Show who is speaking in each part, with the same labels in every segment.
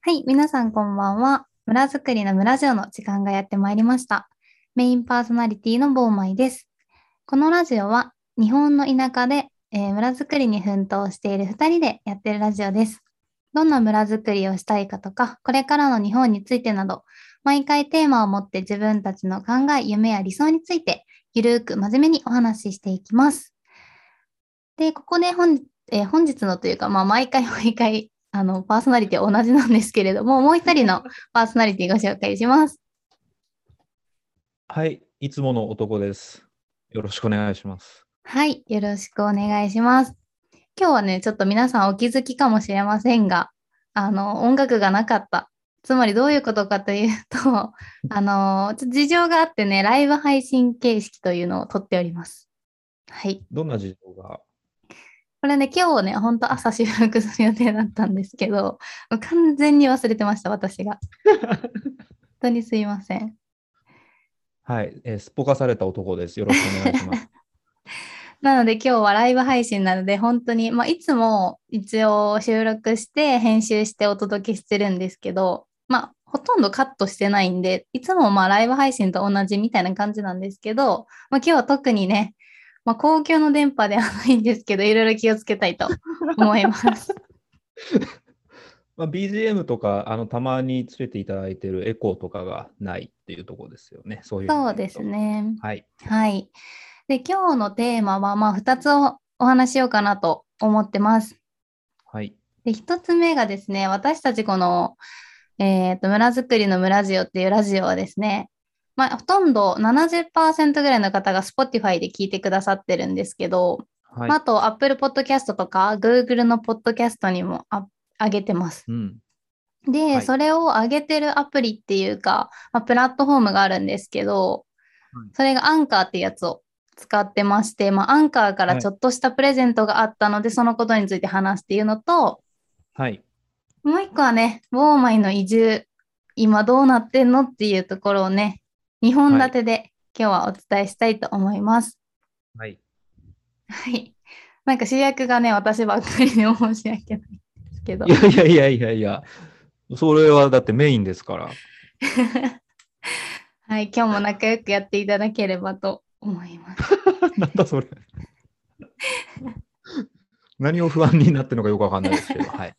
Speaker 1: はい、皆さんこんばんは。村づくりの村ジオの時間がやってまいりました。メインパーソナリティのボーマイです。このラジオは日本の田舎で、えー村づくりに奮闘している2人でやってるラジオです。どんな村づくりをしたいかとか、これからの日本についてなど、毎回テーマを持って自分たちの考え、夢や理想について、ゆるーく真面目にお話ししていきます。で、ここで本,、えー本日のというか、まあ、毎回毎回あの、パーソナリティは同じなんですけれども、もう一人のパーソナリティご紹介します。
Speaker 2: はい、いつもの男です。よろしくお願いします。
Speaker 1: はい、よろしくお願いします。今日はね、ちょっと皆さんお気づきかもしれませんが、あの、音楽がなかった。つまりどういうことかというと、あの、ちょっと事情があってね、ライブ配信形式というのをとっております。はい。
Speaker 2: どんな事情が
Speaker 1: これね、今日ね、ほんと朝収録する予定だったんですけど、もう完全に忘れてました、私が。本当にすいません。
Speaker 2: はい、えーすっぽかされた男です。よろしくお願いし ます。
Speaker 1: なので今日はライブ配信なので本当に、まあ、いつも一応収録して編集してお届けしてるんですけど、まあ、ほとんどカットしてないんでいつもまあライブ配信と同じみたいな感じなんですけど、まあ、今日は特にね、まあ、公共の電波ではないんですけどいろいろ気をつけたいと思います。
Speaker 2: まあ、BGM とかあのたまにつけていただいてるエコーとかがないっていうところですよね。そういうの
Speaker 1: そうです。ね。
Speaker 2: はい、
Speaker 1: はい。で今日のテーマはまあ2つおお話ししようかなと思ってます。
Speaker 2: はい、
Speaker 1: で一つ目がですね私たちこの、えーと村づくりの村ジオっていうラジオはですね、まあ、ほとんど70%ぐらいの方が Spotify で聞いてくださってるんですけど、
Speaker 2: はい、
Speaker 1: あと Apple Podcast とか Google の Podcast にもあ上げてます。
Speaker 2: うん、
Speaker 1: で、
Speaker 2: はい
Speaker 1: それを上げてるアプリっていうか、まあ、プラットフォームがあるんですけど、
Speaker 2: はい
Speaker 1: それがアンカーってやつを使ってまして、まあ、アンカーから
Speaker 2: はい
Speaker 1: ちょっとしたプレゼントがあったので、そのことについて話すっていうのと、
Speaker 2: はい、
Speaker 1: もう一個はね、ボーマイの移住、今どうなってんのっていうところをね、2本立てで今日はお伝えしたいと思います。
Speaker 2: はい。
Speaker 1: はい。なんか主役がね、私ばっかりで申し訳ないんですけど
Speaker 2: い。やいやいやいやいや、それはだってメインですから。
Speaker 1: はい、今日も仲良くやっていただければと思います。
Speaker 2: なん だそれ。何を不安になってるのかよくわかんないですけど、はい。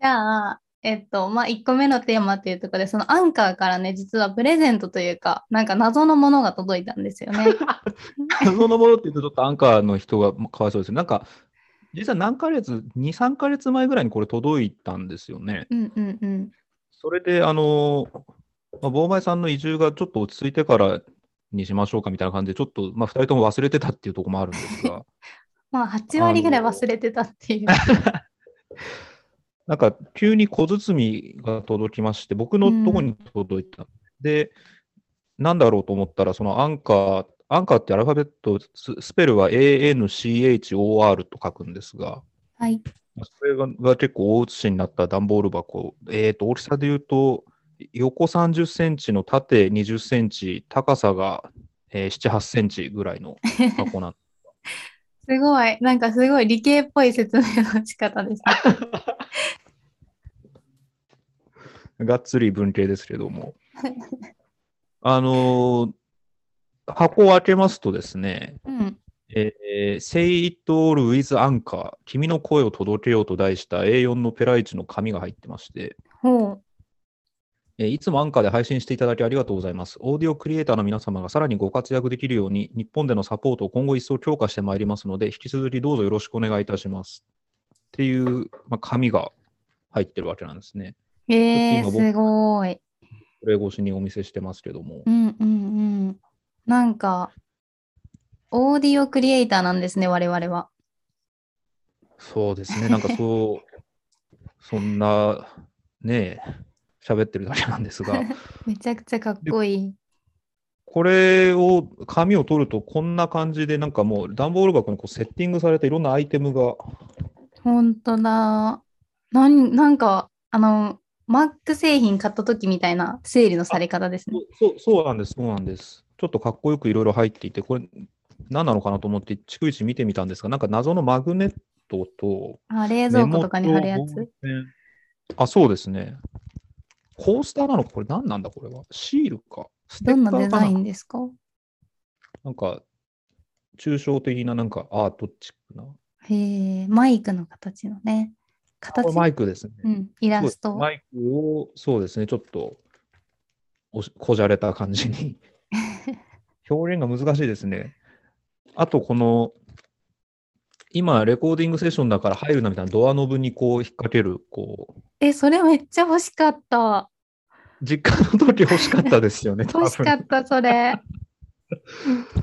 Speaker 1: じゃあ、えっと、まあ、1個目のテーマというところで、そのアンカーからね、実はプレゼントというか、なんか謎のものが届いたんですよね。
Speaker 2: 謎のものって言うと、ちょっとアンカーの人がかわいそうですよなんか、実は何ヶ月、2、3ヶ月前ぐらいにこれ届いたんですよね。
Speaker 1: うんうんうん。
Speaker 2: それで、あの、まあ、坊前さんの移住がちょっと落ち着いてからにしましょうかみたいな感じで、ちょっと、まあ、2人とも忘れてたっていうところもあるんですが、
Speaker 1: まあ、8割ぐらい忘れてたっていう。
Speaker 2: なんか、急に小包が届きまして、僕のとこに届いた。で、なんだろうと思ったら、そのアンカー、アンカーってアルファベット、ススペルは ANCHOR と書くんですが、
Speaker 1: はい。
Speaker 2: それがが結構大写しになった段ボール箱。えー、と、大きさで言うと、横30センチの縦20センチ、高さが、えー7、8センチぐらいの箱なん
Speaker 1: すごい、なんかすごい理系っぽい説明の仕方ですね。
Speaker 2: がっつり文系ですけども。あのー箱を開けますとですね、
Speaker 1: うん。
Speaker 2: えー、Say It All with Anchor、君の声を届けようと題した A4 のペライチの紙が入ってまして、
Speaker 1: ほ
Speaker 2: えーいつもアンカーで配信していただきありがとうございます。オーディオクリエイターの皆様がさらにご活躍できるように、日本でのサポートを今後一層強化してまいりますので、引き続きどうぞよろしくお願いいたします。っていう、まあ、紙が入ってるわけなんですね。
Speaker 1: う。え
Speaker 2: ち
Speaker 1: ー、
Speaker 2: ょっと今
Speaker 1: す
Speaker 2: 僕
Speaker 1: ごい。
Speaker 2: これ越しにお見せしてますけども
Speaker 1: う。んうんうん。なんか、オーディオクリエイターなんですね、我々は。
Speaker 2: そうですね、 なんかそう、そんな、ねえ、喋ってるだけなんです が、
Speaker 1: めちゃくちゃかっこいい。
Speaker 2: これを、紙を取るとこんな感じで、なんかもう段ボール箱にこうセッティングされたいろんなアイテムが
Speaker 1: ほんとだ。なんなんか、あの、Mac 製品買った時みたいな整理のされ方ですね。
Speaker 2: そう、そうなんです、そうなんです。ちょっとかっこよくいろいろ入っていて、これ、何なのかなと思って、逐一見てみたんですが、なんか謎のマグネットと、
Speaker 1: あ、冷蔵庫とかに貼るや
Speaker 2: メモと
Speaker 1: つ。
Speaker 2: ボールペンあ、そうですね。コースターなのかこれ何なんだこれは。シールか。ステ
Speaker 1: どん
Speaker 2: ッカ
Speaker 1: なデ
Speaker 2: ーか
Speaker 1: ザ
Speaker 2: な
Speaker 1: インですか
Speaker 2: なんか、抽象的ななんかアートチックな。
Speaker 1: へえ、マイクの形のね。
Speaker 2: こ
Speaker 1: 形
Speaker 2: れマイクですね。
Speaker 1: うん、イラスト
Speaker 2: そうですマイクを、そうですね、ちょっとおしこじゃれた感 じに。表現が難しいですね。あと、この、今、レコーディングセッションだから入るなみたいなドアノブにこう引っ掛ける、こう、
Speaker 1: え、それめっちゃ欲しかった。
Speaker 2: 実家の時欲しかったですよね、多分
Speaker 1: 欲しかった、それ。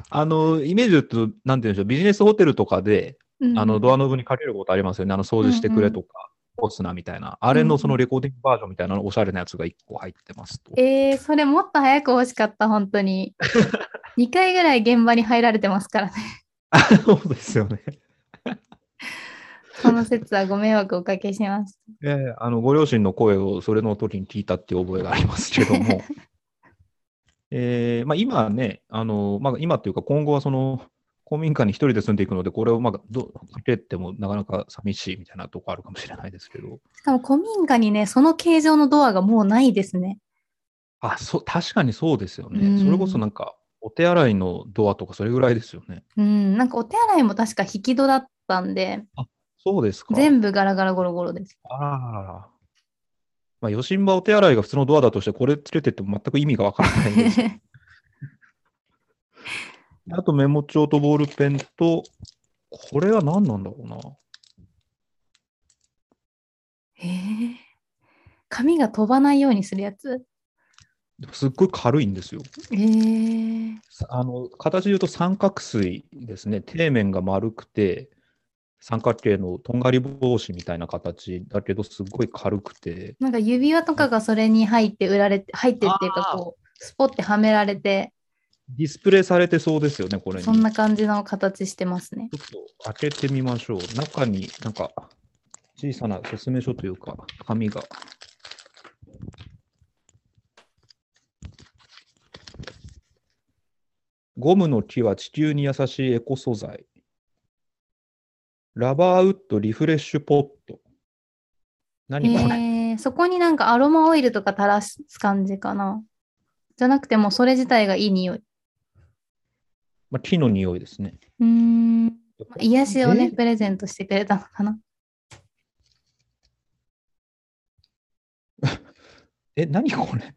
Speaker 2: あの、イメージで言うと、なんて言うんでしょう、ビジネスホテルとかで、あの、ド
Speaker 1: ア
Speaker 2: アノブにかけることありますよね。あの、掃除してくれとか、押すなみたいな。あれのそのレコーディングバージョンみたいなのおしゃれなやつが1個入ってます と。
Speaker 1: えー、それもっと早く欲しかった、本当に。2回ぐらい現場に入られてますからね。
Speaker 2: そうですよね。
Speaker 1: この説はご迷惑をおかけします。
Speaker 2: ええあのご両親の声をそれの時に聞いたっていう覚えがありますけど も、ええまあ、今ね、あのまあ、今というか、今後はその公民館に一人で住んでいくので、これをまあどうかけてもなかなか寂しいみたいなとこあるかもしれないですけど、
Speaker 1: しかも古民家にね、その形状のドアがもうないですね。
Speaker 2: あそう確かにそうですよ
Speaker 1: うん
Speaker 2: ね、それこそなんか、お手洗いのドアとか、それぐらいですよね。
Speaker 1: うん、なんかお手洗いも確か引き戸だったんで、
Speaker 2: そうですか。
Speaker 1: 全部ガラガラゴロゴロです。
Speaker 2: あららららまあ、余震場お手洗いが普通のドアだとして、これつけてっても全く意味がわからないんですけどあとメモ帳とボールペンと、これは何なんだろうな。
Speaker 1: えー、紙が飛ばないようにするやつ
Speaker 2: でもすっごい軽いんですよ。
Speaker 1: えー、
Speaker 2: さあの形で言うと三角錐ですね。底面が丸くて、三角形のとんがり帽子みたいな形だけど、すっごい軽くて。
Speaker 1: なんか指輪とかがそれに入って売られて、入ってっていうか
Speaker 2: あー
Speaker 1: こう、スポってはめられて、
Speaker 2: ディスプレイされてそうですよね、これに。
Speaker 1: そんな感じの形してますね。
Speaker 2: ちょっと開けてみましょう。中になんか小さな説明書というか、紙が。ゴムの木は地球に優しいエコ素材。ラバーウッドリフレッシュポット。何これ、
Speaker 1: えー、そこになんかアロマオイルとか垂らす感じかな。じゃなくてもうそれ自体がいい匂い。
Speaker 2: まあ、木の匂いですね。
Speaker 1: うーん。癒しをね、
Speaker 2: え
Speaker 1: プレゼントしてくれたのかな。
Speaker 2: え、何これ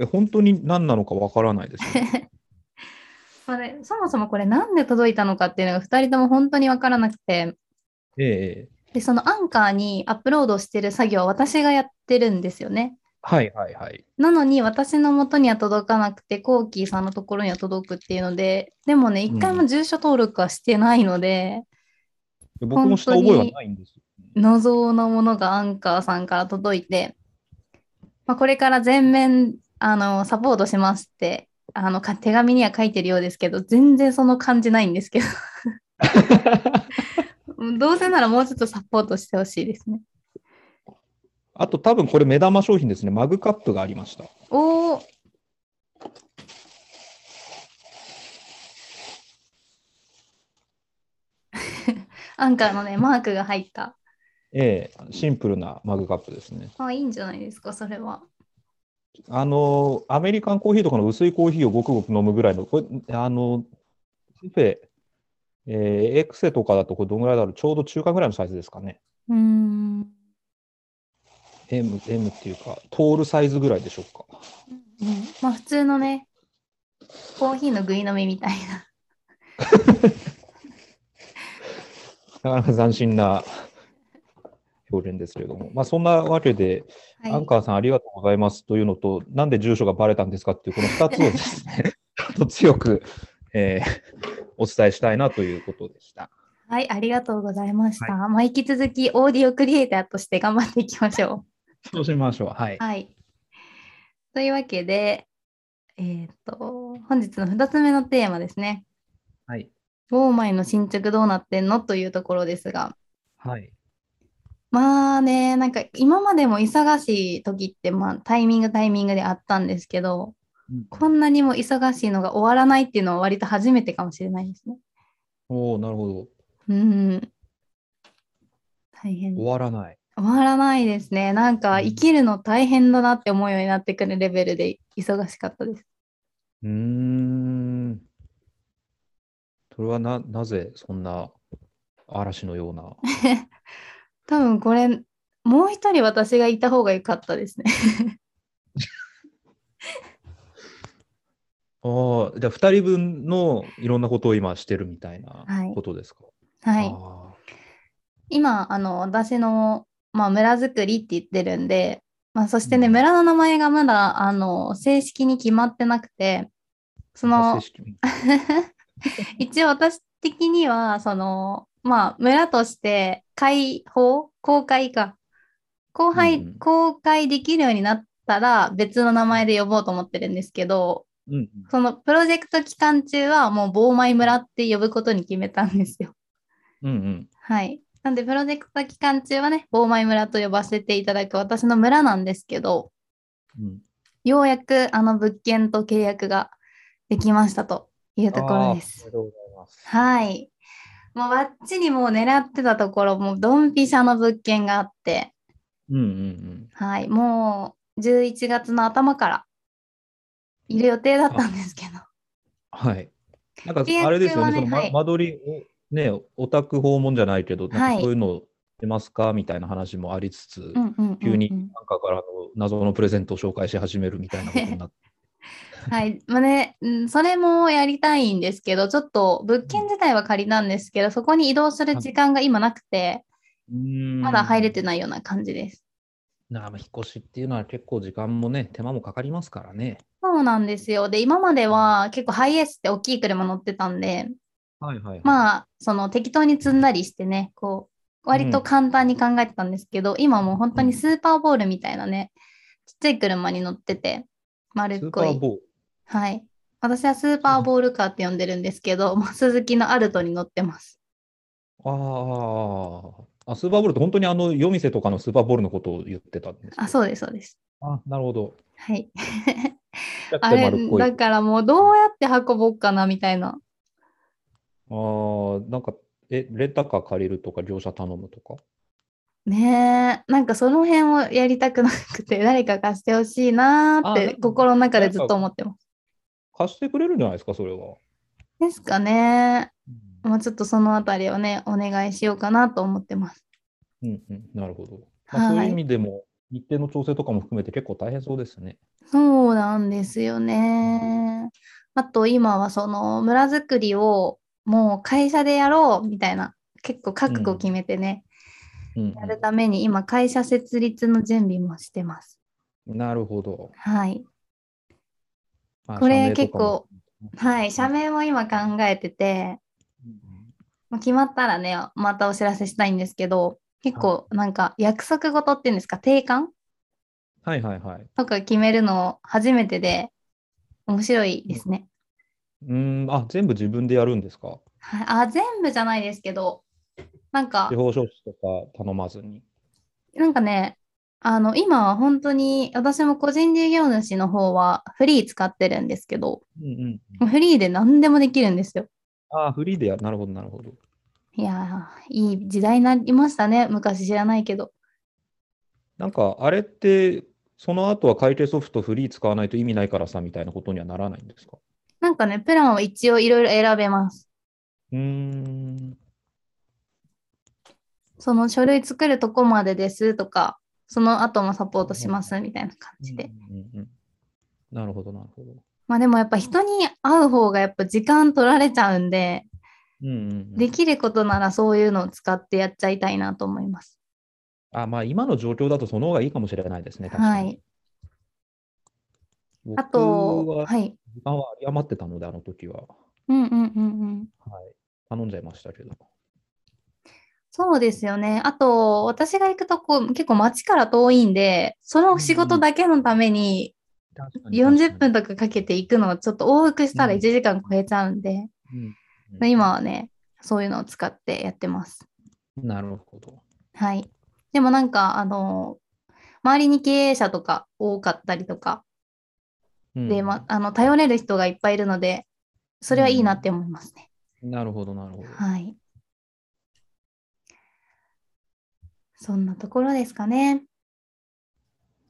Speaker 2: え本当に何なのかわからないです、ね。
Speaker 1: それそもそもこれなんで届いたのかっていうのが2人とも本当に分からなくて、
Speaker 2: ええ
Speaker 1: で、そのアンカーにアップロードしてる作業は私がやってるんですよね。
Speaker 2: はいはいはい。
Speaker 1: なのに私の元には届かなくて、コーキーさんのところには届くっていうので、でもね、一回も住所登録はしてないので、
Speaker 2: 僕もした覚えはないんですよ。
Speaker 1: 謎のものがアンカーさんから届いて、まあ、これから全面あのサポートしますってあのか手紙には書いてるようですけど全然その感じないんですけどどうせならもうちょっとサポートしてほしいですね
Speaker 2: あと多分これ目玉商品ですね。マグカップがありました。
Speaker 1: おおアンカーのねマークが入った
Speaker 2: ええシンプルなマグカップですね。
Speaker 1: あいいんじゃないですかそれは
Speaker 2: あの、アメリカンコーヒーとかの薄いコーヒーをごくごく飲むぐらいの、これ、あの、カフェ、えーエクセとかだとこれどのぐらいだろうちょうど中間ぐらいのサイズですかね。
Speaker 1: うーん
Speaker 2: M、M っていうか、トールサイズぐらいでしょうか。
Speaker 1: うん、まあ普通のね、コーヒーのぐい飲みみたいな。
Speaker 2: なかなか斬新な表現ですけれども。まあそんなわけで、アン
Speaker 1: はい、
Speaker 2: カーさんありがとうございますというのと、なんで住所がバレたんですかっていう、この2つをで すね、ちょっと強く、えーお伝えしたいなということでした。
Speaker 1: はい、ありがとうございました。まあ引き続きオーディオクリエイターとして頑張っていきましょ。。
Speaker 2: そうしましょう。はいう
Speaker 1: はい。というわけで、えーっと、本日の2つ目のテーマですね。
Speaker 2: はい。
Speaker 1: ウォーマイの進捗どうなってんのというところですが、
Speaker 2: はい。
Speaker 1: まあね、なんか今までも忙しい時って、まあタイミングタイミングであったんですけど、
Speaker 2: うん
Speaker 1: こんなにも忙しいのが終わらないっていうのは割と初めてかもしれないですね。
Speaker 2: おおなるほど。
Speaker 1: うん。大変。
Speaker 2: 終
Speaker 1: 終
Speaker 2: わらない。
Speaker 1: わらないですね。なんか生きるの大変だなって思うようになってくるレベルで忙しかったです。
Speaker 2: うーん。それはな、なぜそんな嵐のよ うな。
Speaker 1: 多分これ、もう一人私がいた方が良かったですね。
Speaker 2: ああ、じゃあ2人分のいろんなことを今してるみたいな
Speaker 1: はい
Speaker 2: ことですか。
Speaker 1: はい。
Speaker 2: あ
Speaker 1: 今、あの、私の、まあ、村づくりって言ってるんで、まあ、そしてね、
Speaker 2: うん
Speaker 1: 村の名前がまだ、あの、正式に決まってなくて、そ
Speaker 2: あ
Speaker 1: の
Speaker 2: 正、式に
Speaker 1: 一応私的にはそのまあ村として開放公開か公開、
Speaker 2: うんうん
Speaker 1: 公開できるようになったら別の名前で呼ぼうと思ってるんですけど
Speaker 2: うんうん。
Speaker 1: そのプロジェクト期間中はもう棒舞村って呼ぶことに決めたんですよ。
Speaker 2: うんうん。
Speaker 1: はい。なんでプロジェクト期間中はね棒舞村と呼ばせていただく私の村なんですけど
Speaker 2: うん
Speaker 1: ようやくあの物件と契約ができましたというところです。
Speaker 2: あーおめでとうございます。
Speaker 1: はい。もうばっちりもう狙ってたところ、もうドンピシャの物件があって、
Speaker 2: うんうん
Speaker 1: はい。もう11月の頭からいる予定だったんですけど。
Speaker 2: うん。はい。なんか
Speaker 1: 契約
Speaker 2: あれですよ
Speaker 1: は
Speaker 2: ね、
Speaker 1: ね
Speaker 2: そのま
Speaker 1: はい
Speaker 2: 間取りを、ね、オタク訪問じゃないけど、なんか
Speaker 1: はい
Speaker 2: そういうのを出ますかみたいな話もありつつ、
Speaker 1: うんうんうんうん
Speaker 2: 急になんかからの謎のプレゼントを紹介し始めるみたいなことになって。
Speaker 1: はい。まあね、うんそれもやりたいんですけど、ちょっと物件自体は借りなんですけど、そこに移動する時間が今なくて、ま
Speaker 2: ま
Speaker 1: だ入れて
Speaker 2: な
Speaker 1: な
Speaker 2: い。
Speaker 1: いような感じです。
Speaker 2: なあまあ引っ越しっていうのは結構時間もね、手間もかかりますからね。
Speaker 1: そうなんですよ。で、今までは結構ハイエースって大きい車乗ってたんで、
Speaker 2: はいはい、はい。あ、
Speaker 1: まあその適当に積んだりしてねこう割と簡単に考えてたんですけど、今もう本当にスーパーボールみたいなねちっちゃい車に乗ってて丸
Speaker 2: ス
Speaker 1: っ
Speaker 2: ー
Speaker 1: こ
Speaker 2: パー
Speaker 1: い
Speaker 2: ボール。
Speaker 1: はい私はスーパーボールカーって呼んでるんですけど、まあ、鈴木のアルトに乗ってます
Speaker 2: ああ。あ、スーパーボールって本当にあの夜店とかのスーパーボールのことを言ってたんです
Speaker 1: あそうですそうです
Speaker 2: あ、なるほど。
Speaker 1: はい
Speaker 2: ちっちゃ
Speaker 1: あ
Speaker 2: くて
Speaker 1: れ
Speaker 2: 丸っこい
Speaker 1: だからもうどうやって運ぼうかなみたいな
Speaker 2: あーなんか、え、レンタカー借りるとか、業者頼むとか。
Speaker 1: ねえなんかその辺をやりたくなくて 誰か貸してほしいなーっ
Speaker 2: あなん
Speaker 1: て
Speaker 2: か
Speaker 1: 心の中でずっと思ってます
Speaker 2: 貸してくれるんじゃないですか、それは。
Speaker 1: ですかねもうちょっとそのあたりをね、お願いしようかなと思ってます。
Speaker 2: うんうん、なるほど。まあ、そう
Speaker 1: はい
Speaker 2: いう意味でも、日程の調整とかも含めて結構大変そうですね。
Speaker 1: そうなんですよね。あと今はその村づくりをもう会社でやろうみたいな、結構覚悟決めてね、
Speaker 2: うんうん
Speaker 1: やるために今会社設立の準備もしてます。
Speaker 2: なるほど。
Speaker 1: はい。
Speaker 2: まあ
Speaker 1: これ
Speaker 2: 社名とかも
Speaker 1: はい。社名も今考えてて、まあ決まったらね、またお知らせしたいんですけど、結構なんか約束事っていうんですか、定款
Speaker 2: はいはいはい。
Speaker 1: とか決めるの初めてで面白いですね。
Speaker 2: うーん、あ、全部自分でやるんですか
Speaker 1: はい、あ全部じゃないですけどなんか
Speaker 2: 地方書士とか頼まずに。
Speaker 1: なんかねあの今は本当に私も個人事業主の方はフリー使ってるんですけど
Speaker 2: うんうんうん。
Speaker 1: フリーで何でもできるんですよ。
Speaker 2: あー、フリーでやる。なるほど、なるほど。
Speaker 1: いやーいい時代になりましたね昔知らないけど。
Speaker 2: なんか、あれって、その後は会計ソフトフリー使わないと意味ないからさ、みたいなことにはならないんですか
Speaker 1: なんかねプランを一応いろいろ選べます。
Speaker 2: うーん。
Speaker 1: その書類作るとこまでですとかその後もサポートしますみたいな感じで。
Speaker 2: うんうんうんなるほど、なるほど。
Speaker 1: まあでもやっぱ人に会う方がやっぱ時間取られちゃうんで
Speaker 2: うんうんうん
Speaker 1: できることならそういうのを使ってやっちゃいたいなと思います。
Speaker 2: あまあ、今の状況だとその方がいいかもしれないですね。確
Speaker 1: は
Speaker 2: かに
Speaker 1: い。あと、
Speaker 2: 僕は
Speaker 1: はい。
Speaker 2: 時間は有り余ってたので、あの時は。
Speaker 1: うんうんうんうん。
Speaker 2: はい、頼んじゃいましたけど。
Speaker 1: そうですよね。あと、私が行くとこ、結構街から遠いんで、その仕事だけのために
Speaker 2: 確かに
Speaker 1: 40分とかかけて行くのをちょっと往復したら1時間超えちゃうんで、
Speaker 2: うんうん
Speaker 1: 今はね、そういうのを使ってやってます。
Speaker 2: なるほど。
Speaker 1: はい。でもなんか、あの、周りに経営者とか多かったりとか、
Speaker 2: うん
Speaker 1: で、ま、あの、頼れる人がいっぱいいるので、それはいいなって思いますね。
Speaker 2: なるほど、なるほど。
Speaker 1: はい。そんなところですかね。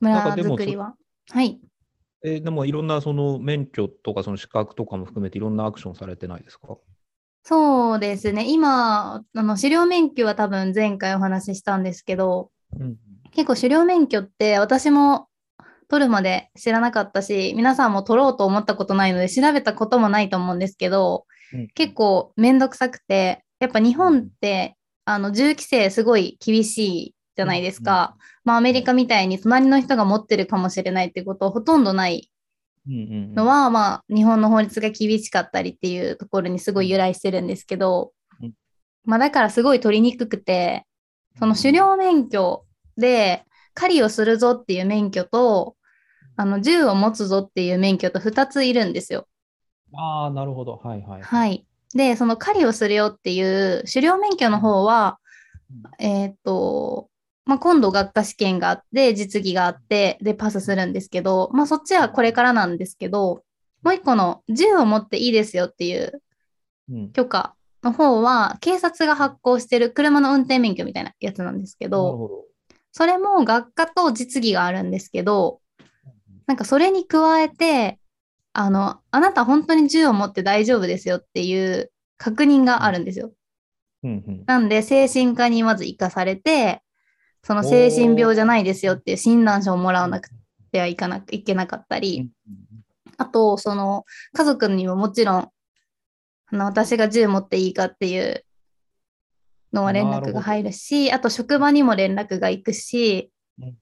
Speaker 1: 村
Speaker 2: なんかでも
Speaker 1: づくりは。はい。
Speaker 2: えーでもいろんなその免許とかその資格とかも含めていろんなアクションされてないですか
Speaker 1: そうですね。今、あの、狩猟免許は多分前回お話ししたんですけど、
Speaker 2: うん。
Speaker 1: 結構狩猟免許って私も取るまで知らなかったし、皆さんも取ろうと思ったことないので、調べたこともないと思うんですけど、結構めんどくさくて、やっぱ日本って、あの、銃規制すごい厳しいじゃないですか。まあ、アメリカみたいに隣の人が持ってるかもしれないってことほとんどない
Speaker 2: うんうんうん
Speaker 1: のは、まあ、日本の法律が厳しかったりっていうところにすごい由来してるんですけど
Speaker 2: うん、
Speaker 1: まあ、だからすごい取りにくくて、その狩猟免許で狩りをするぞっていう免許と、あの銃を持つぞっていう免許と2ついるんですよ。
Speaker 2: ああ、なるほど。はいはい。
Speaker 1: はい。で、その狩りをするよっていう狩猟免許の方は、えーっと、まあ、今度学科試験があって、実技があって、で、パスするんですけど、まあ、そっちはこれからなんですけど、もう一個の銃を持っていいですよっていう
Speaker 2: うん
Speaker 1: 許可の方は、警察が発行してる車の運転免許みたいなやつなんですけ
Speaker 2: なる
Speaker 1: ど、
Speaker 2: ほど。
Speaker 1: それも学科と実技があるんですけど、なんかそれに加えて、あの、あなた本当に銃を持って大丈夫ですよっていう確認があるんですよ。
Speaker 2: うんうん。
Speaker 1: なんで、精神科にまず行かされて、その精神病じゃないですよっていう診断書をもらわなくてはいかなくいけなかったり、あと、その、家族にももちろん、あの、私が銃持っていいかっていうのは連
Speaker 2: な
Speaker 1: 絡
Speaker 2: るほど
Speaker 1: が入るし、あと職場にも連絡が行くし
Speaker 2: うん、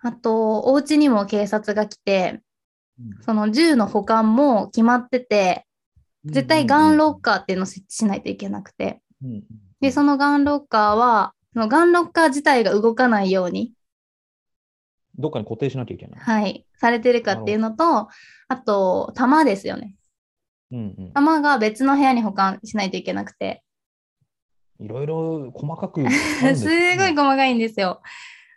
Speaker 1: あと、お家にも警察が来て、
Speaker 2: うん
Speaker 1: その銃の保管も決まってて、絶対ガンロッカーっていうのを設置しないといけなくて、
Speaker 2: うんうんうん。
Speaker 1: で、そのガンロッカーは、そのガンロッカー自体が動かないように、
Speaker 2: どっかに固定しなきゃいけない。
Speaker 1: はい、されてるかっていうのと、あと、弾ですよね。
Speaker 2: うんうん
Speaker 1: 弾が別の部屋に保管しないといけなくて、
Speaker 2: いろいろ細かくあるんですね。
Speaker 1: ごい細かいんですよ。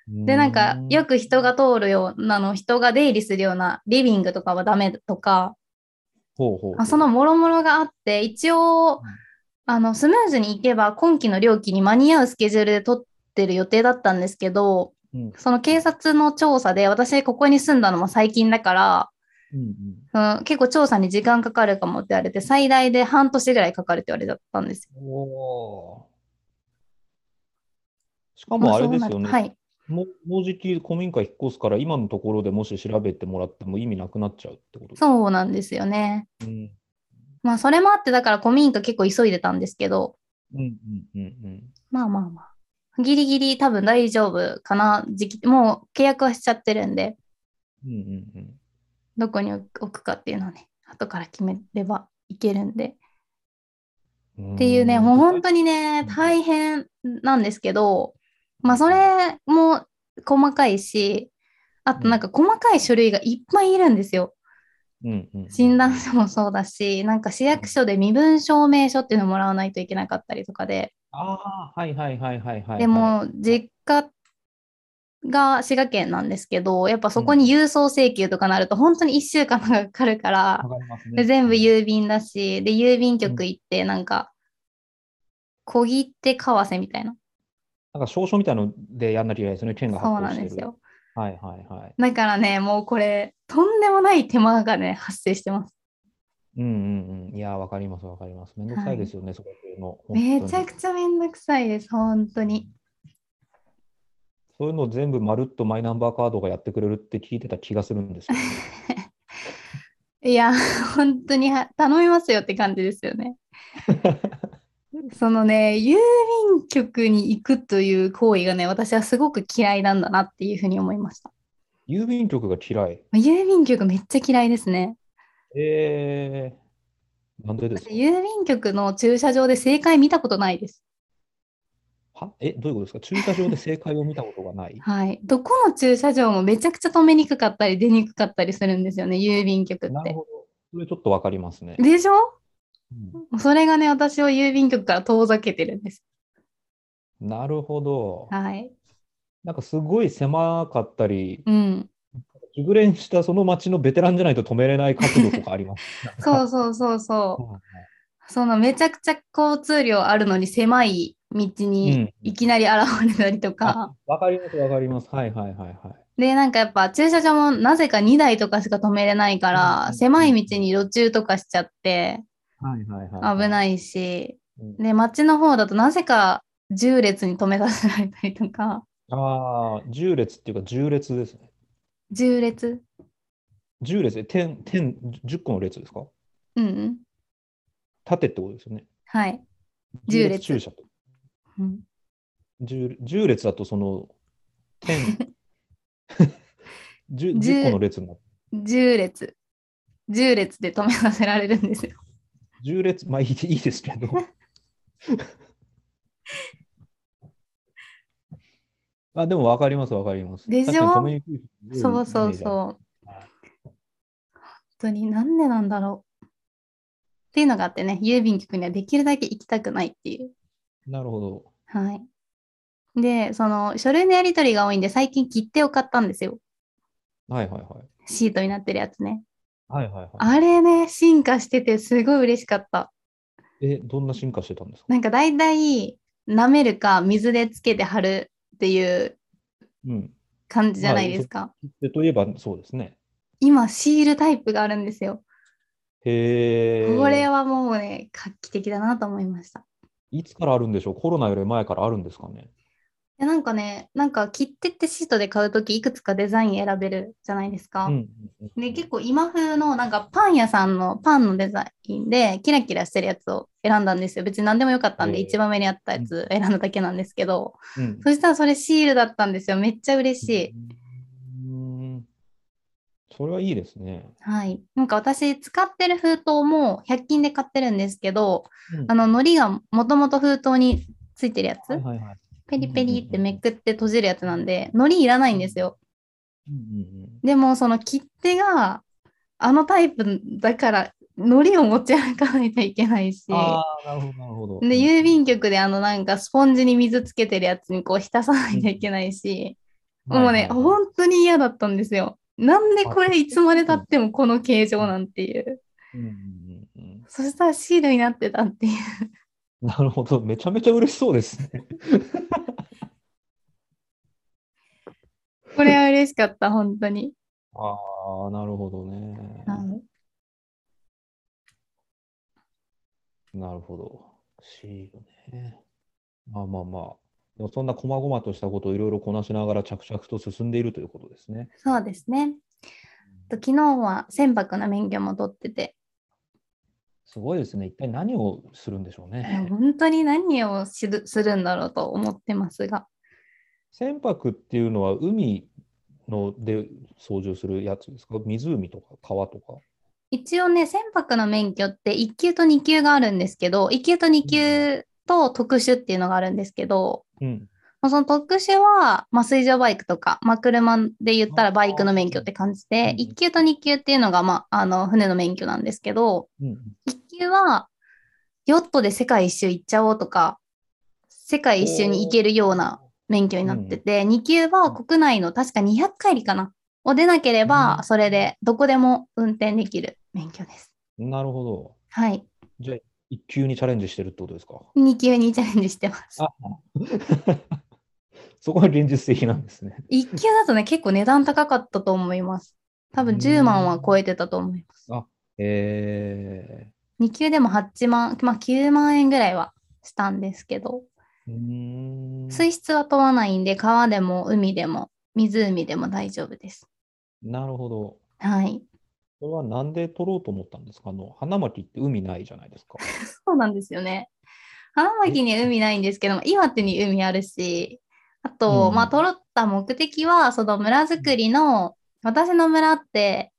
Speaker 1: で、なんか、よ
Speaker 2: く
Speaker 1: く人が通るようなの、人が出入りするようなリビングとかはダメとか、
Speaker 2: ほうほうほう
Speaker 1: あそのもろもろがあって、一応
Speaker 2: ん、
Speaker 1: あの、スムーズに行けば今期の料金に間に合うスケジュールで取ってる予定だったんですけど、
Speaker 2: うん
Speaker 1: その警察の調査で、私ここに住んだのも最近だから、
Speaker 2: うんうん
Speaker 1: その結構調査に時間かかるかもって言われて、最大で半年ぐらいかかるって言われちゃったんですよ。
Speaker 2: おーしかもあれですよ
Speaker 1: まあそうなるは
Speaker 2: ね、
Speaker 1: い。
Speaker 2: ももうじき古民家引っ越すから、今のところでもし調べてもらっても意味なくなっちゃうってことう。
Speaker 1: そうなんですよね。
Speaker 2: うん
Speaker 1: まあ、それもあって、だから古民家結構急いでたんですけど、
Speaker 2: うんうんうんうん。
Speaker 1: まあまあまあ。ギリギリ多分大丈夫かな。時期、もう契約はしちゃってるんで、
Speaker 2: うんうんうん
Speaker 1: どこに置くかっていうのはね、後から決めればいけるんで。
Speaker 2: うん
Speaker 1: っていうね、もう本当にね
Speaker 2: う、ん
Speaker 1: 大変なんですけど、まあそれも細かいし、あとなんか細かい書類がいっぱいいるんですよ。
Speaker 2: うんうん
Speaker 1: 診断書もそうだし、なんか市役所で身分証明書っていうのもらわないといけなかったりとかで、
Speaker 2: ああ、はいはいはいはいはい。
Speaker 1: でも実家が滋賀県なんですけど、やっぱそこに郵送請求とかなると本当に1週間とかかかるから、
Speaker 2: わかりますね、
Speaker 1: で全部郵便だし、で、郵便局行って、なんか、小切手為替みたいな。
Speaker 2: なんか証書みたいのでやんなきゃいけないですよね、県が発
Speaker 1: そう
Speaker 2: 行
Speaker 1: な
Speaker 2: し
Speaker 1: ん
Speaker 2: てる。
Speaker 1: ですよ。
Speaker 2: はいはいはい。
Speaker 1: だからね、もうこれ、とんでもない手間がね、発生してます。
Speaker 2: うんうんうん。いやー、わかりますわかります。めんどくさいですよね、そこの。
Speaker 1: めちゃ
Speaker 2: ちゃ。
Speaker 1: くちゃめんどくさいです、本当に。
Speaker 2: そういうのを全部まるっとマイナンバーカードがやってくれるって聞いてた気がするんですけど、
Speaker 1: いや、 本当には頼みますよって感じですよ ね。そのね、郵便局に行くという行為がね、私はすごく嫌いなんだなっていうふうに思いました。
Speaker 2: 郵便局が嫌い。
Speaker 1: 郵便局めっちゃ嫌いですね。
Speaker 2: えー、なんでですか
Speaker 1: 郵便局の駐車場で正解見たことないです。
Speaker 2: はえ、どういうことですか駐車場で正解を見たことがな い
Speaker 1: はい。どこの駐車場もめちゃくちゃ止めにくかったり出にくかったりするんですよね、郵便局っ
Speaker 2: なる
Speaker 1: て。
Speaker 2: ほど。それちょっとわかりますね。
Speaker 1: でしょ
Speaker 2: うん
Speaker 1: それがね、私を郵便局から遠ざけてるんです。
Speaker 2: なるほど。
Speaker 1: はい。
Speaker 2: なんかすごい狭かったり、
Speaker 1: うん。
Speaker 2: 熟練したその町のベテランじゃないと止めれない角度とかあります。
Speaker 1: そうそうそうそうう。そのめちゃくちゃ交通量あるのに狭い道
Speaker 2: う
Speaker 1: に
Speaker 2: ん
Speaker 1: いきなり現れたりとか、
Speaker 2: わかります、わかります。はいはいはいはい。
Speaker 1: で、なんかやっぱ駐車場もなぜか2台とかしか止めれないから、
Speaker 2: うん
Speaker 1: 狭い道に路中とかしちゃって
Speaker 2: はいはいはい。
Speaker 1: 危
Speaker 2: い。
Speaker 1: ないし、で、街の方だとなぜか10列に止めさせられたりとか、
Speaker 2: ああ、重列っていうか、重列ですね。
Speaker 1: 10列
Speaker 2: 重列で、点、点、10個の列ですか
Speaker 1: うんうん。
Speaker 2: 縦ってことですよね。
Speaker 1: はい。
Speaker 2: 重
Speaker 1: 重列
Speaker 2: 列駐車と。
Speaker 1: うん
Speaker 2: 重重列だと、その、 点、10,
Speaker 1: 十
Speaker 2: 個の列になって、
Speaker 1: 10列。10列で止めさせられるんですよ。
Speaker 2: 重列、まあいいいいで すけど。あでもわかります、わかります。
Speaker 1: でしょ
Speaker 2: 確かにコミュニケーションすご
Speaker 1: そ
Speaker 2: いう
Speaker 1: そう
Speaker 2: イメージある
Speaker 1: そう。本当になんでなんだろう。っていうのがあってね、郵便局にはできるだけ行きたくないっていう。
Speaker 2: なるほど。
Speaker 1: はい。で、その書類のやり取りが多いんで、最近切手を買ったんですよ。
Speaker 2: はいはいはい。
Speaker 1: シートになってるやつね。
Speaker 2: はいはいは
Speaker 1: あれね、進化しててすごい嬉しかった。
Speaker 2: い。え、どんな進化してたんですか
Speaker 1: なんか大体、舐めるか水でつけて貼るっていう
Speaker 2: うん。
Speaker 1: 感じじゃないですか。
Speaker 2: で、といえばそうですね。
Speaker 1: 今、シールタイプがあるんですよ。
Speaker 2: へえ。
Speaker 1: これはもうね、画期的だなと思いました。
Speaker 2: いつからあるんでしょうコロナより前からあるんですかね
Speaker 1: いやなんかね、なんか切手ってシートで買うときいくつかデザイン選べるじゃないですか。
Speaker 2: うんうんうん。
Speaker 1: で、結構今風のなんかパン屋さんのパンのデザインでキラキラしてるやつを選んだんですよ。別に何でもよかったんで、
Speaker 2: へえ
Speaker 1: 一番目にあったやつ選んだだけなんですけど、
Speaker 2: うん
Speaker 1: そしたらそれシールだったんですよ。めっちゃ嬉しい。
Speaker 2: うーん。それはいいですね。
Speaker 1: はい。なんか私使ってる封筒も100均で買ってるんですけど、
Speaker 2: うん
Speaker 1: あの、糊がもともと封筒についてるやつ、
Speaker 2: はいはいはい。
Speaker 1: ペリペリってめくって閉じるやつなんで、糊いらないんですよ。
Speaker 2: うんうんうん
Speaker 1: でもその切手があのタイプだから糊を持ち歩かないといけないし。
Speaker 2: ああ、なるほど、なるほど。
Speaker 1: で郵便局であのなんかスポンジに水つけてるやつにこう浸さないといけないし、もうね、
Speaker 2: ん
Speaker 1: 本当に嫌だったんですよ。なんでこれいつまでたってもこの形状なんていう。そしたらシールになってたっていう。
Speaker 2: なるほど、めちゃめちゃ嬉しそうですね。
Speaker 1: これは嬉しかった、本当に。
Speaker 2: ああ、なるほどね。
Speaker 1: はい
Speaker 2: なるほど。シールね。まあまあまあ。でもそんな細々としたことをいろいろこなしながら着々と進んでいるということですね。
Speaker 1: そうですね。あと昨日は船舶の免許も取ってて、
Speaker 2: すごいですね。一体何をするんでしょう
Speaker 1: いや
Speaker 2: ね。
Speaker 1: 本当に何をするするんだろうと思ってますが。
Speaker 2: 船舶っていうのは海ので操縦するやつですか湖とか川とか。
Speaker 1: 一応ね、船舶の免許って1級と2級があるんですけど、1級と2級と特殊っていうのがあるんですけど、
Speaker 2: うん。
Speaker 1: まあその特殊は、まあ、水上バイクとか、まあ、車で言ったらバイクの免許って感じで、
Speaker 2: うん
Speaker 1: 1級と2級っていうのが、まあ、あの船の免許なんですけど、
Speaker 2: うん、
Speaker 1: 1級はヨットで世界一周行っちゃおうとか、世界一周に行けるような免許になってて、2級は国内の確か200海里かなを出なけれ
Speaker 2: う
Speaker 1: ば、
Speaker 2: ん
Speaker 1: それでどこでも運転できる免許です。
Speaker 2: なるほど。
Speaker 1: はい。
Speaker 2: じゃあ、一級にチャレンジしてるってことですか。
Speaker 1: 2級にチャレンジしてます。
Speaker 2: あそこは現実的なんですね。
Speaker 1: 1級だとね、結構値段高かったと思います。多分10万は超えてたと思います。
Speaker 2: え
Speaker 1: 2級でも8万、まあ9万円ぐらいはしたんですけど、
Speaker 2: ー、うーん
Speaker 1: 水質は問わないんで、川でも海でも湖でも大丈夫です。
Speaker 2: なるほど。
Speaker 1: はい。
Speaker 2: これはなんで取ろうと思ったんですかあの花巻って海ないじゃないですか。
Speaker 1: そうなんですよね。花巻には海ないんですけども、岩手に海あるし、あと、
Speaker 2: うん
Speaker 1: まあ、取った目的は、その村づくりの、私の村って、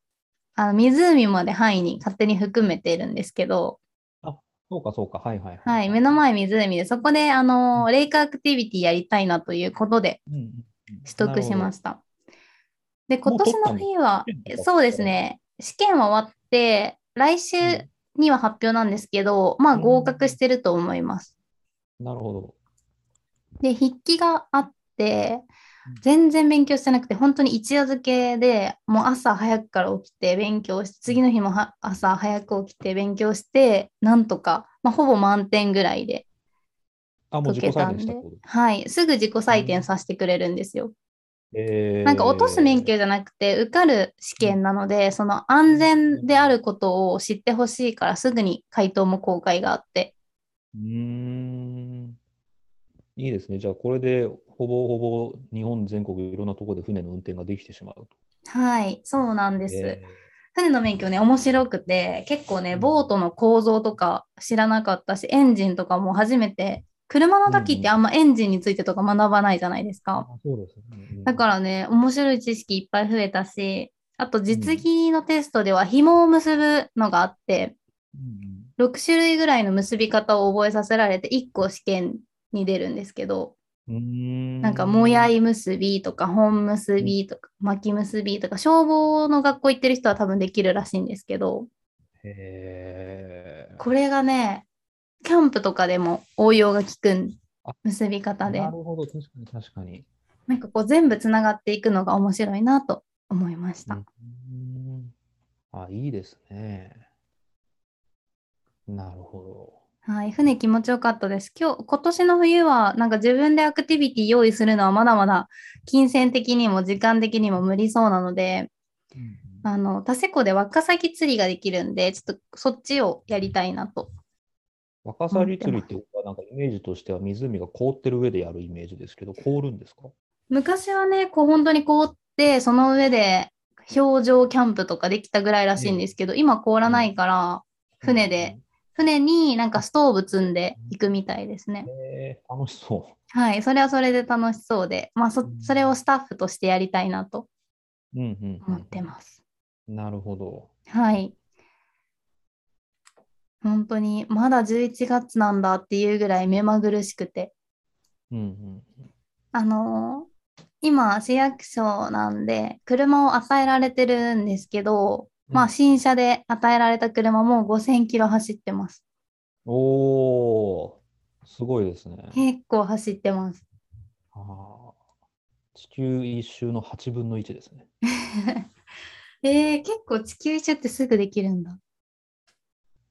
Speaker 1: あの湖まで範囲に勝手に含めてるんですけど、
Speaker 2: そうかそうか、はいはい、は
Speaker 1: はい、目の前湖で、そこで、あの、レイクアクティビティやりたいなということで
Speaker 2: うんうんうん
Speaker 1: 取得しました。で、
Speaker 2: ほ
Speaker 1: 今
Speaker 2: ど
Speaker 1: 年の冬は
Speaker 2: もう取ったんで、すか
Speaker 1: そうですね、試験は終わって、来週には発表なんですけど、まあ、合格してると思います。
Speaker 2: なるほど。
Speaker 1: で、筆記があって
Speaker 2: うん、
Speaker 1: 全然勉強してなくて、本当に一夜漬けで、もう朝早くから起きて勉強して、次の日もは朝早く起きて勉強して、なんとか、まあ、ほぼ満点ぐらいで
Speaker 2: あ、もう
Speaker 1: 解
Speaker 2: 自
Speaker 1: け
Speaker 2: 己
Speaker 1: た
Speaker 2: 採
Speaker 1: ん
Speaker 2: 点した
Speaker 1: で
Speaker 2: こと。、
Speaker 1: はい、すぐ自己採点させてくれるんですよ。
Speaker 2: えー
Speaker 1: なんか落とす免許じゃなくて受かる試験なので、その安全であることを知ってほしいからすぐに回答も公開があって、
Speaker 2: うーん。いいですね。じゃあ、これでほぼほぼ日本全国いろんなところで船の運転ができてしまうと。
Speaker 1: はい、そうなんです。
Speaker 2: え
Speaker 1: 船の免許ね、面白くて、結構ね、ボートの構造とか知らなかったし、エンジンとかも初めて、車の時ってあんまエンジンについてとか学ばないじゃないです
Speaker 2: ー
Speaker 1: か。
Speaker 2: あそうですね。うん
Speaker 1: だからね、面白い知識いっぱい増えたし、あと実技のテストでは紐を結ぶのがあって、
Speaker 2: うん
Speaker 1: 6種類ぐらいの結び方を覚えさせられて、1個試験に出るんですけど、
Speaker 2: うんうーん
Speaker 1: なんか、もやい結びとか、本結びとか、巻き結びとか、消防の学校行ってる人は多分できるらしいんですけど、
Speaker 2: へー
Speaker 1: これがね、キャンプとかでも応用が効くん
Speaker 2: あ
Speaker 1: 結び方で
Speaker 2: な、るほど、確かに確かに。
Speaker 1: なんかこう全部つながっていくのが面白いなと思いまし
Speaker 2: う
Speaker 1: た。
Speaker 2: んあ、いいですね。なるほ
Speaker 1: はい、船気持ちよかったです。今日、今年の冬はなんか自分でアクティビティ用意するのはまだまだ金銭的にも時間的にも無理そうなので、
Speaker 2: ど。うん
Speaker 1: あの、多世湖でワカサギ釣りができるんで、ちょっとそっちをやりたいなと。
Speaker 2: ワカサギ釣りって、僕はなんかイメージとしては湖が凍ってる上でやるイメージですけど、凍るんですか
Speaker 1: 昔はね、こう本当に凍って、その上で氷上キャンプとかできたぐらいらしいんですけど、今凍らないから、船で、。船になんかストーブ積んでいくみたいですね。
Speaker 2: えー、楽しそ
Speaker 1: はい、それはそれで楽しそうで、まあそ
Speaker 2: うん
Speaker 1: それをスタッフとしてやりたいなと
Speaker 2: う。うんうん、うん
Speaker 1: 思ってます。
Speaker 2: なるほど。
Speaker 1: はい。本当にまだ11月なんだっていうぐらい目まぐるしくて、
Speaker 2: うんうん
Speaker 1: あのー今市役所なんで車を与えられてるんですけど、
Speaker 2: うん
Speaker 1: まあ新車で与えられた車もう5000キロ走ってます。
Speaker 2: おー、すごいですね。
Speaker 1: 結構走ってます。
Speaker 2: あー地球一周の8分の1ですね。
Speaker 1: えー、結構地球一周ってすぐできるんだ。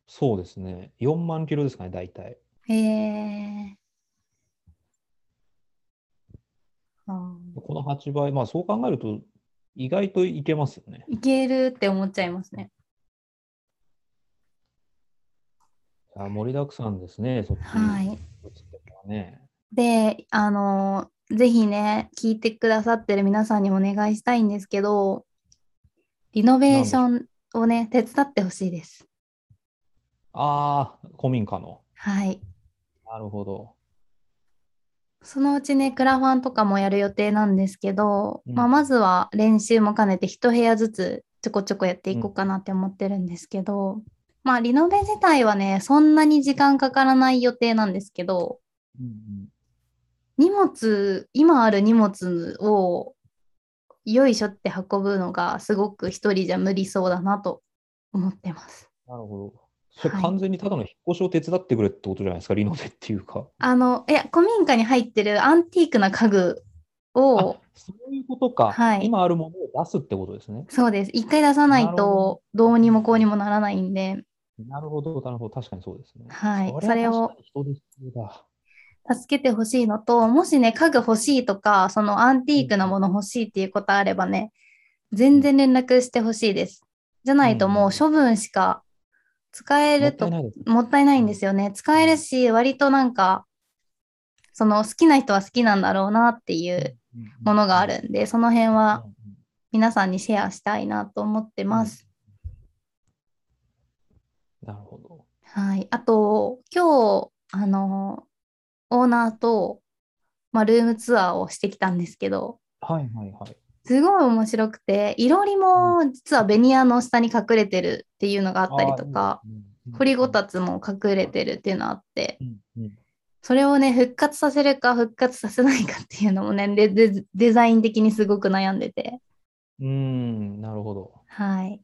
Speaker 2: そうですね。4万キロですかね、大体。
Speaker 1: えー。あー
Speaker 2: この8倍、まあそう考えると、意外といけますよね。
Speaker 1: いけるって思っちゃいますね。
Speaker 2: あ盛りだくさんですね、そっち
Speaker 1: はい。
Speaker 2: そっちではね。
Speaker 1: で、あのーぜひね、聞いてくださってる皆さんにお願いしたいんですけど、リノベーションをね、手伝ってほしいです。
Speaker 2: ああ、古民家の。
Speaker 1: はい。
Speaker 2: なるほど。
Speaker 1: そのうちね、クラファンとかもやる予定なんですけど、
Speaker 2: うん
Speaker 1: まあ、まずは練習も兼ねて一部屋ずつちょこちょこやっていこうかなって思ってるんですけど、まあ、リノベ自体はね、そんなに時間かからない予定なんですけど、
Speaker 2: うん
Speaker 1: 荷物、今ある荷物をよいしょって運ぶのがすごく一人じゃ無理そうだなと思ってます。
Speaker 2: なるほど。それ
Speaker 1: はい
Speaker 2: 完全にただの引っ越しを手伝ってくれってことじゃないですか、リノベっていうか。
Speaker 1: あの、いや、古民家に入ってるアンティークな家具を
Speaker 2: あ、そういうことか、
Speaker 1: はい
Speaker 2: 今あるものを出すってことですね。
Speaker 1: そうです。一回出さない
Speaker 2: なる
Speaker 1: と
Speaker 2: ほ
Speaker 1: どうにもこうにもならないんで、
Speaker 2: なるほど、なるほど、確かにそうですね。
Speaker 1: はい
Speaker 2: それは確かに人で必要だ。
Speaker 1: 助けてほしいのと、もしね、家具欲しいとか、そのアンティークなもの欲しいっていうことあればね、全然連絡してほしいです。じゃないともう処分しか使え
Speaker 2: も
Speaker 1: る
Speaker 2: っ
Speaker 1: と
Speaker 2: たいないです。
Speaker 1: もったいないんですよね。使えるし、割となんか、その好きな人は好きなんだろうなっていうものがあるんで、その辺
Speaker 2: うん
Speaker 1: は
Speaker 2: うんうん
Speaker 1: 皆さんにシェアしたいなと思ってます。
Speaker 2: なるほど。
Speaker 1: はい。あと、今日、あの、オーナーと、まあ、ルームツアーをしてきたんですけど、
Speaker 2: はいはいはい。
Speaker 1: すごい面白くて、いろりも実はベニヤの下に隠れてるっていうのがあったりとか、
Speaker 2: あー、いいですね
Speaker 1: 掘りごた。つも隠れてるっていうのあって、
Speaker 2: うんうん
Speaker 1: それをね、復活させるか復活させないかっていうのもね、ででデザイン的にすごく悩んでて。
Speaker 2: うん、うんなるほど。
Speaker 1: はい。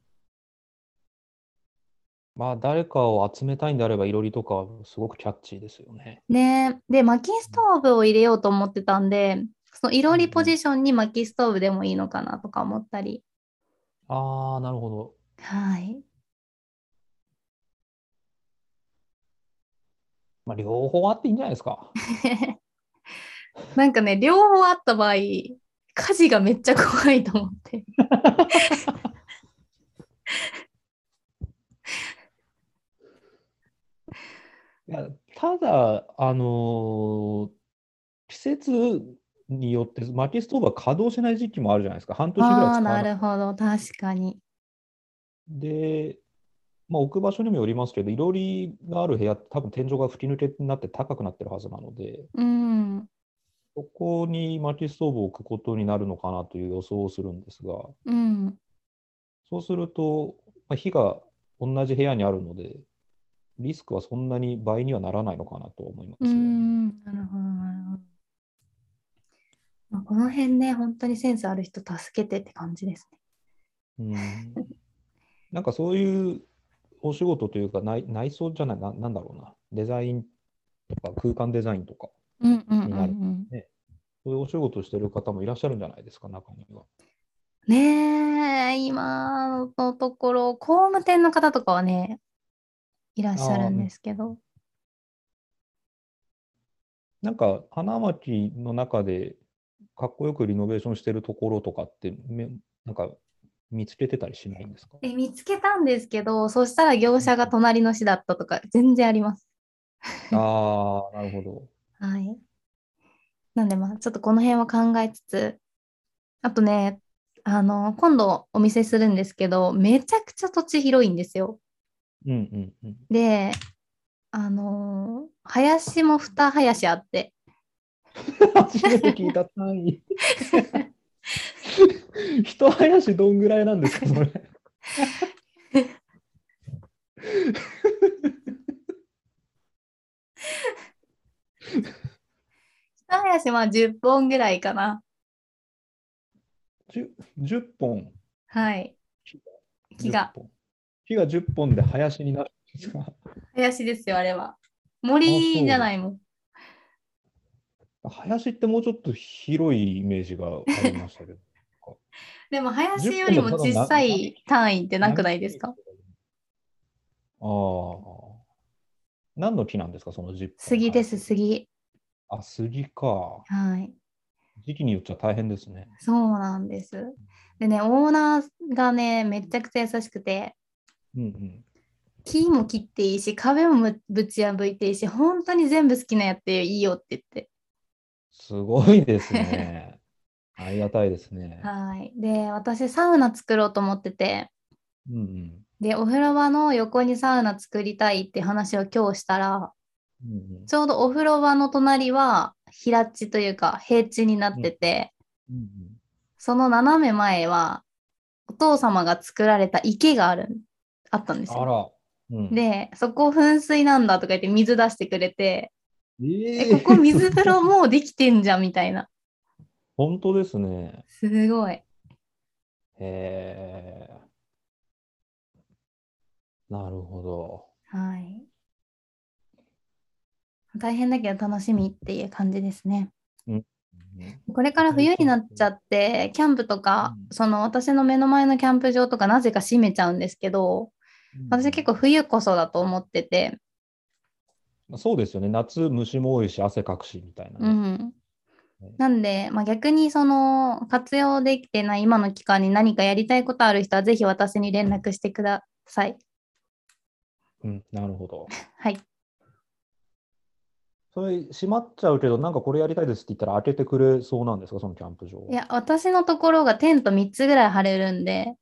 Speaker 2: まあ、誰かを集めたいんであれば、いろりとかはすごくキャッチーですよね。
Speaker 1: ねで、薪ストーブを入れようと思ってたんで、そのいろりポジションに薪ストーブでもいいのかなとか思ったり。
Speaker 2: ああ、なるほど。
Speaker 1: はい。
Speaker 2: まあ、両方あっていいんじゃないですか。
Speaker 1: なんかね、両方あった場合、火事がめっちゃ怖いと思って。
Speaker 2: いやただ、あのー季節によって薪ストーブは稼働しない時期もあるじゃないですか。半年ぐらい使
Speaker 1: ああー、
Speaker 2: わな
Speaker 1: ないるほど。確かに。
Speaker 2: で、まあ、置く場所にもよりますけど、いろりがある部屋って多分天井が吹き抜けになって高くなってるはずなので、
Speaker 1: うん。
Speaker 2: そこに薪ストーブを置くことになるのかなという予想をするんですが、
Speaker 1: うん。
Speaker 2: そうすると、まあ、火が同じ部屋にあるので、リスクはそんなに倍にはならないのかなと思いま
Speaker 1: うー
Speaker 2: すね。
Speaker 1: ん、なるほど、なるほど。まあ、この辺ね、本当にセンスある人助けてって感じですね。
Speaker 2: うんなんかそういうお仕事というか内、内装じゃないな、なんだろうな、デザインとか空間デザインとか、
Speaker 1: うんうん
Speaker 2: うん
Speaker 1: ん。
Speaker 2: そういうお仕事をしてる方もいらっしゃるんじゃないですか、中には。
Speaker 1: ねえ、今のところ、工務店の方とかはね、いらっしゃるんですけど。
Speaker 2: なんか花巻の中でかっこよくリノベーションしてるところとかってめ、なんか見つけてたりしないんで すか
Speaker 1: え、見つけたんですけど、そしたら業者が隣の市だったとか、全然あります。
Speaker 2: ああ、なるほど。
Speaker 1: はい。なんで、まあ、ちょっとこの辺は考えつつ、あとね、あの、今度お見せするんですけど、めちゃくちゃ土地広いんですよ。
Speaker 2: うんうんうん。
Speaker 1: で、あのー林も二林あって、
Speaker 2: 初めて聞いた単位。 一林どんぐらいなんですか、それ。
Speaker 1: 二林は10本ぐらいかな。
Speaker 2: 10, 10本。
Speaker 1: はい。木が
Speaker 2: 10本。木が10本で林になるんですか。
Speaker 1: 林ですよ、あれは。森じゃないもん。
Speaker 2: 林ってもうちょっと広いイメージがありましたけど。
Speaker 1: でも林よりも小さい単位ってなくないですか
Speaker 2: ああ。何の木なんですか、その10本。
Speaker 1: 杉です、。杉。
Speaker 2: あ、杉か。
Speaker 1: はい。
Speaker 2: 時期によっちゃ大変ですね。
Speaker 1: そうなんです。でね、オーナーがね、めちゃくちゃ優しくて、
Speaker 2: うんうん。
Speaker 1: 木も切っていいし、壁もむぶち破いていいし、本当に全部好きなやっていいよって言って。
Speaker 2: すごいです ね。ありがたいですね。
Speaker 1: はい。で、私、サウナ作ろうと思ってて、
Speaker 2: うんうん。
Speaker 1: で、お風呂場の横にサウナ作りたいって話を今日したら、
Speaker 2: うんうん
Speaker 1: ちょうどお風呂場の隣は平地というか平地になってて、
Speaker 2: うんうん
Speaker 1: その斜め前はお父様が作られた池がある、あったんです
Speaker 2: あ
Speaker 1: よ。
Speaker 2: ら。うん、
Speaker 1: で、そこ噴水なんだとか言って水出してくれて、
Speaker 2: え
Speaker 1: え、
Speaker 2: ー
Speaker 1: ここ水風呂もうできてんじゃんみたいな。
Speaker 2: 本当ですね。
Speaker 1: すごい。
Speaker 2: へえ。なるほど。
Speaker 1: はい。大変だけど楽しみっていう感じですね。
Speaker 2: うん
Speaker 1: これから冬になっちゃって、キャンプとか、
Speaker 2: うん
Speaker 1: その私の目の前のキャンプ場とかなぜか閉めちゃうんですけど、私結構冬こそだと思ってて、
Speaker 2: そうですよね。夏、虫も多いし、汗かくし、みたいな
Speaker 1: う
Speaker 2: ね。
Speaker 1: ん。なんで、まあ、逆にその活用できてない今の期間に何かやりたいことある人はぜひ私に連絡してください。
Speaker 2: うん、なるほど。
Speaker 1: はい。
Speaker 2: それ、閉まっちゃうけど、なんかこれやりたいですって言ったら開けてくれそうなんですか、そのキャンプ場。
Speaker 1: いや、私のところがテント3つぐらい張れるんで、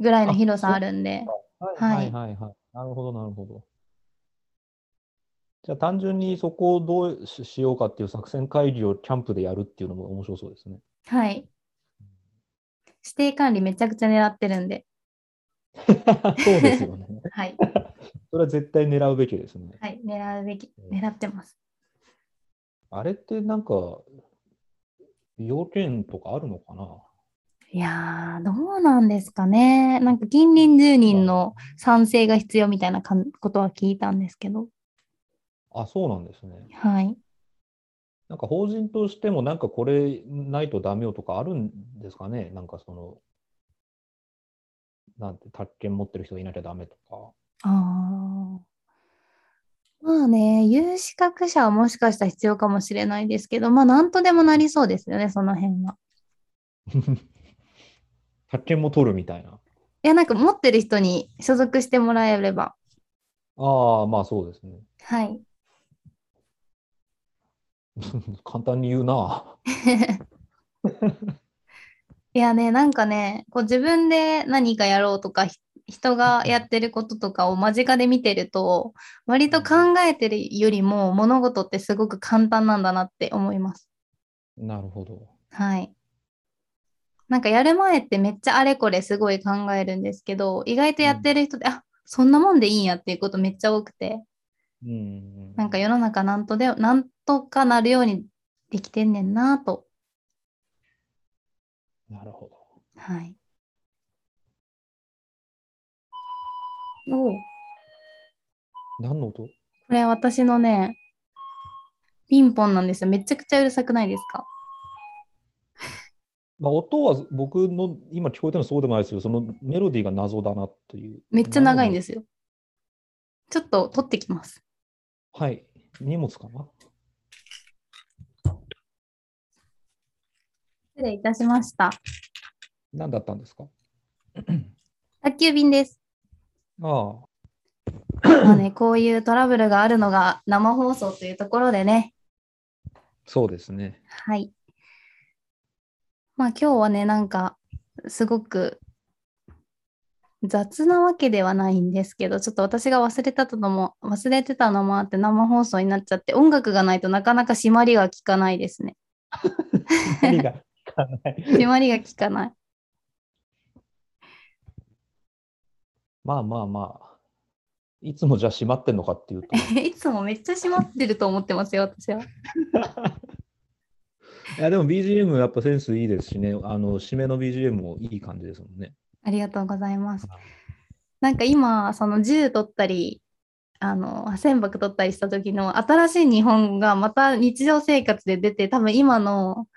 Speaker 1: ぐらいの広さあるんで、
Speaker 2: はい、はい、はいはい。なるほど、なるほど。じゃあ、単純にそこをどうししようかっていう作戦会議をキャンプでやるっていうのも面白そうで すね。
Speaker 1: はい。指定管理めちゃくちゃ狙ってるんで、
Speaker 2: そうですよね。
Speaker 1: はい。
Speaker 2: それは絶対狙うべきですね。
Speaker 1: はい、狙うべき、
Speaker 2: うん
Speaker 1: 狙ってます。
Speaker 2: あれってなんか、要件とかあるのかない
Speaker 1: やー、どうなんですかね。なんか近隣住人の賛成が必要みたいなかんことは聞いたんですけど。
Speaker 2: あ、そうなんですね。
Speaker 1: はい。
Speaker 2: なんか法人としてもなんかこれないとダメよとかあるんですかねなんかその、なんて、宅建持ってる人がいなきゃダメとか。
Speaker 1: あー。まあね、有資格者はもしかしたら必要かもしれないですけど、まあなんとでもなりそうですよね、その辺は。
Speaker 3: 宅建も取るみたいな。
Speaker 1: いや、なんか持ってる人に所属してもらえれば。
Speaker 3: ああ、まあそうですね。
Speaker 1: はい。
Speaker 3: 簡単に言うな。
Speaker 1: いやね、なんかね、こう自分で何かやろうとか、ひ人がやってることとかを間近で見てると、割と考えてるよりも物事ってすごく簡単なんだなって思います。
Speaker 3: なるほど。
Speaker 1: はい。なんかやる前ってめっちゃあれこれすごい考えるんですけど、意外とやってる人って、あそんなもんでいいんやっていうことめっちゃ多くて、
Speaker 3: うん。
Speaker 1: なんか世の中なんとで、なんとかなるようにできてんねんなぁと。
Speaker 3: なるほど。
Speaker 1: はい。おう
Speaker 3: 何の音
Speaker 1: これ私のね、ピンポンなんですよ。めちゃくちゃうるさくないですか
Speaker 3: まあ、音は僕の今聞こえてるのそうでもないですけど、そのメロディーが謎だなっていう。。
Speaker 1: めっちゃ長いんですすよ。ちょっと取ってきます。
Speaker 3: はい。荷物かな
Speaker 1: 失礼いたしました。
Speaker 3: 何だったんですか
Speaker 1: 宅急便です。
Speaker 3: ああ、
Speaker 1: まあね、こういうトラブルがあるのが生放送というところでね。
Speaker 2: そうですね。
Speaker 1: はい。まあ今日はね、なんか、すごく雑なわけではないんですけど、ちょっと私が忘れたとのも、忘れてたのもあって生放送になっちゃって、音楽がないとなかなか締まりが効かないですね。
Speaker 3: 何が聞かない。
Speaker 1: 締まりが効かない。
Speaker 3: まあまあまあ。いつもじゃあ閉まってんのかっていうと。
Speaker 1: いつもめっちゃ締まってると思ってますよ、私は。
Speaker 2: いや、でも BGM やっぱセンスいいですしね、あの、締めの BGM もいい感じですもんね。
Speaker 1: ありがとうございます。なんか今、その銃取ったり、あの、船舶取ったりした時の新しい日本がまた日常生活で出て、多分今の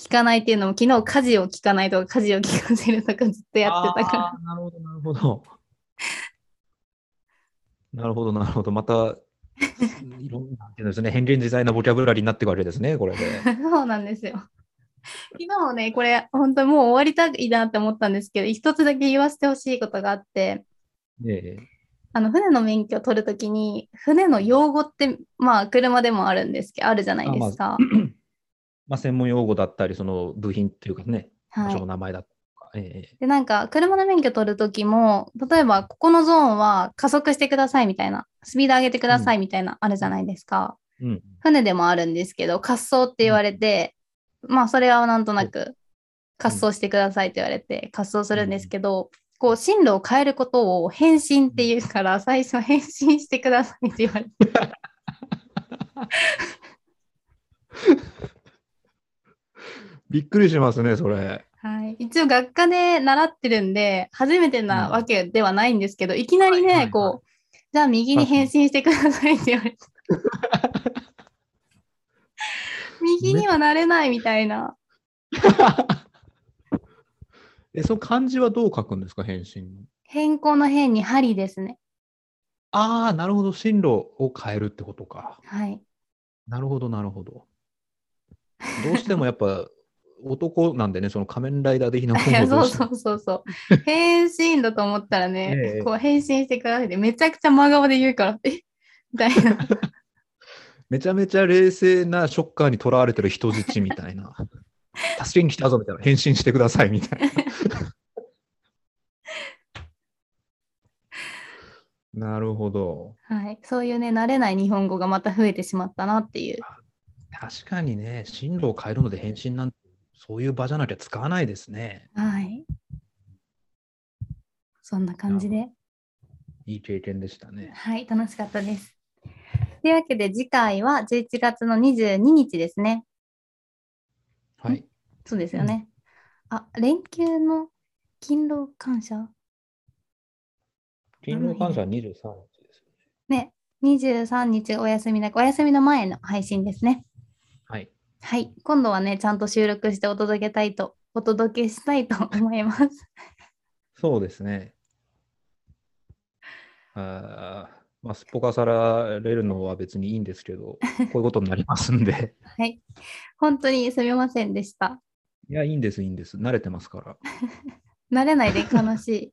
Speaker 1: 聞かないっていうのも、昨日家事を聞かないとか、家事を聞かせるとかずっとやってたから。
Speaker 2: あーなるほど、なるほど。 なるほど、なるほど。また、いろんな、なんていうんですね、変幻自在なボキャブラリーになっていくわけですね、これで。
Speaker 1: そうなんですよ。昨日ね、これ本当にもう終わりたいなって思ったんですけど、一つだけ言わせてほしいことがあって、
Speaker 2: ええ
Speaker 1: あの船の免許を取るときに、船の用語って、まあ、車でもあるんですけど、あるじゃないですか。
Speaker 2: まあ、専門用語だったり、その部品っていうかね、場
Speaker 1: は
Speaker 2: 所
Speaker 1: い
Speaker 2: の、名前だとか、ええ
Speaker 1: で、なんか、車の免許取るときも、例えば、ここのゾーンは加速してくださいみたいな、スピード上げてくださいみたいな、あるじゃないですか。
Speaker 2: うん。
Speaker 1: 船でもあるんですけど、滑走って言われて、まあ、それはなんとなく、滑走してくださいって言われて、滑走するんですけど、こう、進路を変えることを返信って言うから、最初、返信してくださいって言われて、
Speaker 2: びっくりしますね、それ。
Speaker 1: はい、一応学科で習ってるんで初めてなわけではないんですけど、いきなりね、
Speaker 2: はいはい
Speaker 1: こうじゃあ右に返信してくださいって言わ れて右にはなれないみたいな
Speaker 2: え、その漢字はどう書くんですか、返信の。
Speaker 1: 変更の変に針ですね
Speaker 2: ああ、なるほど、進路を変えるってことか。
Speaker 1: はい
Speaker 2: なるほど、なるほど。どうしてもやっぱ 男なんでね、その仮面ライダー 的なも
Speaker 1: い
Speaker 2: の
Speaker 1: や
Speaker 2: を
Speaker 1: そう
Speaker 2: ど
Speaker 1: う
Speaker 2: して
Speaker 1: そ
Speaker 2: も
Speaker 1: うそうそう返信だと思ったらね、
Speaker 2: ええ
Speaker 1: こう返信してくださいってめちゃくちゃ真顔で言うからえみたいな
Speaker 2: めちゃめちゃ冷静なショッカーにとらわれてる人質みた いな。助けに来たぞみたいな。返信してくださいみたい な。なるほど。
Speaker 1: はい、そういうね慣れない日本語がまた増えてしまったなっていう
Speaker 2: 確かにね、進路を変えるので返信なんて、そういう場じゃなきゃ使わないですね。
Speaker 1: はい。そんな感じで。
Speaker 2: いい経験でしたね。
Speaker 1: はい、楽しかったです。というわけで、次回は11月の22日ですね。
Speaker 2: はい。
Speaker 1: そうですよね。あ、連休の勤労感謝
Speaker 3: 勤労感謝は23日ですよ。
Speaker 1: ね、23日お休みなく、お休みの前の配信ですね。
Speaker 2: はい。
Speaker 1: はい、今度はね、ちゃんと収録してお届けたいと、お届けしたいと思います。
Speaker 2: そうですね。あーまあ、すっぽかさられるのは別にいい んですけど、こういうことになりますんで。
Speaker 1: はい。本当にすみませんでした。
Speaker 2: いや、いいんです、いいんです。慣れてますから。
Speaker 1: 慣れないで悲しい。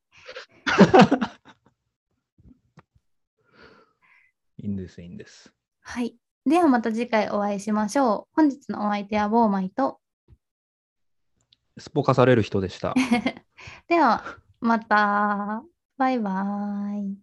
Speaker 2: いいんです、いいんです。
Speaker 1: はい。ではまた次回お会いしましょう。本日のお相手はボーマイと。
Speaker 2: すっぽかされる人 でした。
Speaker 1: では、また。バイバーイ。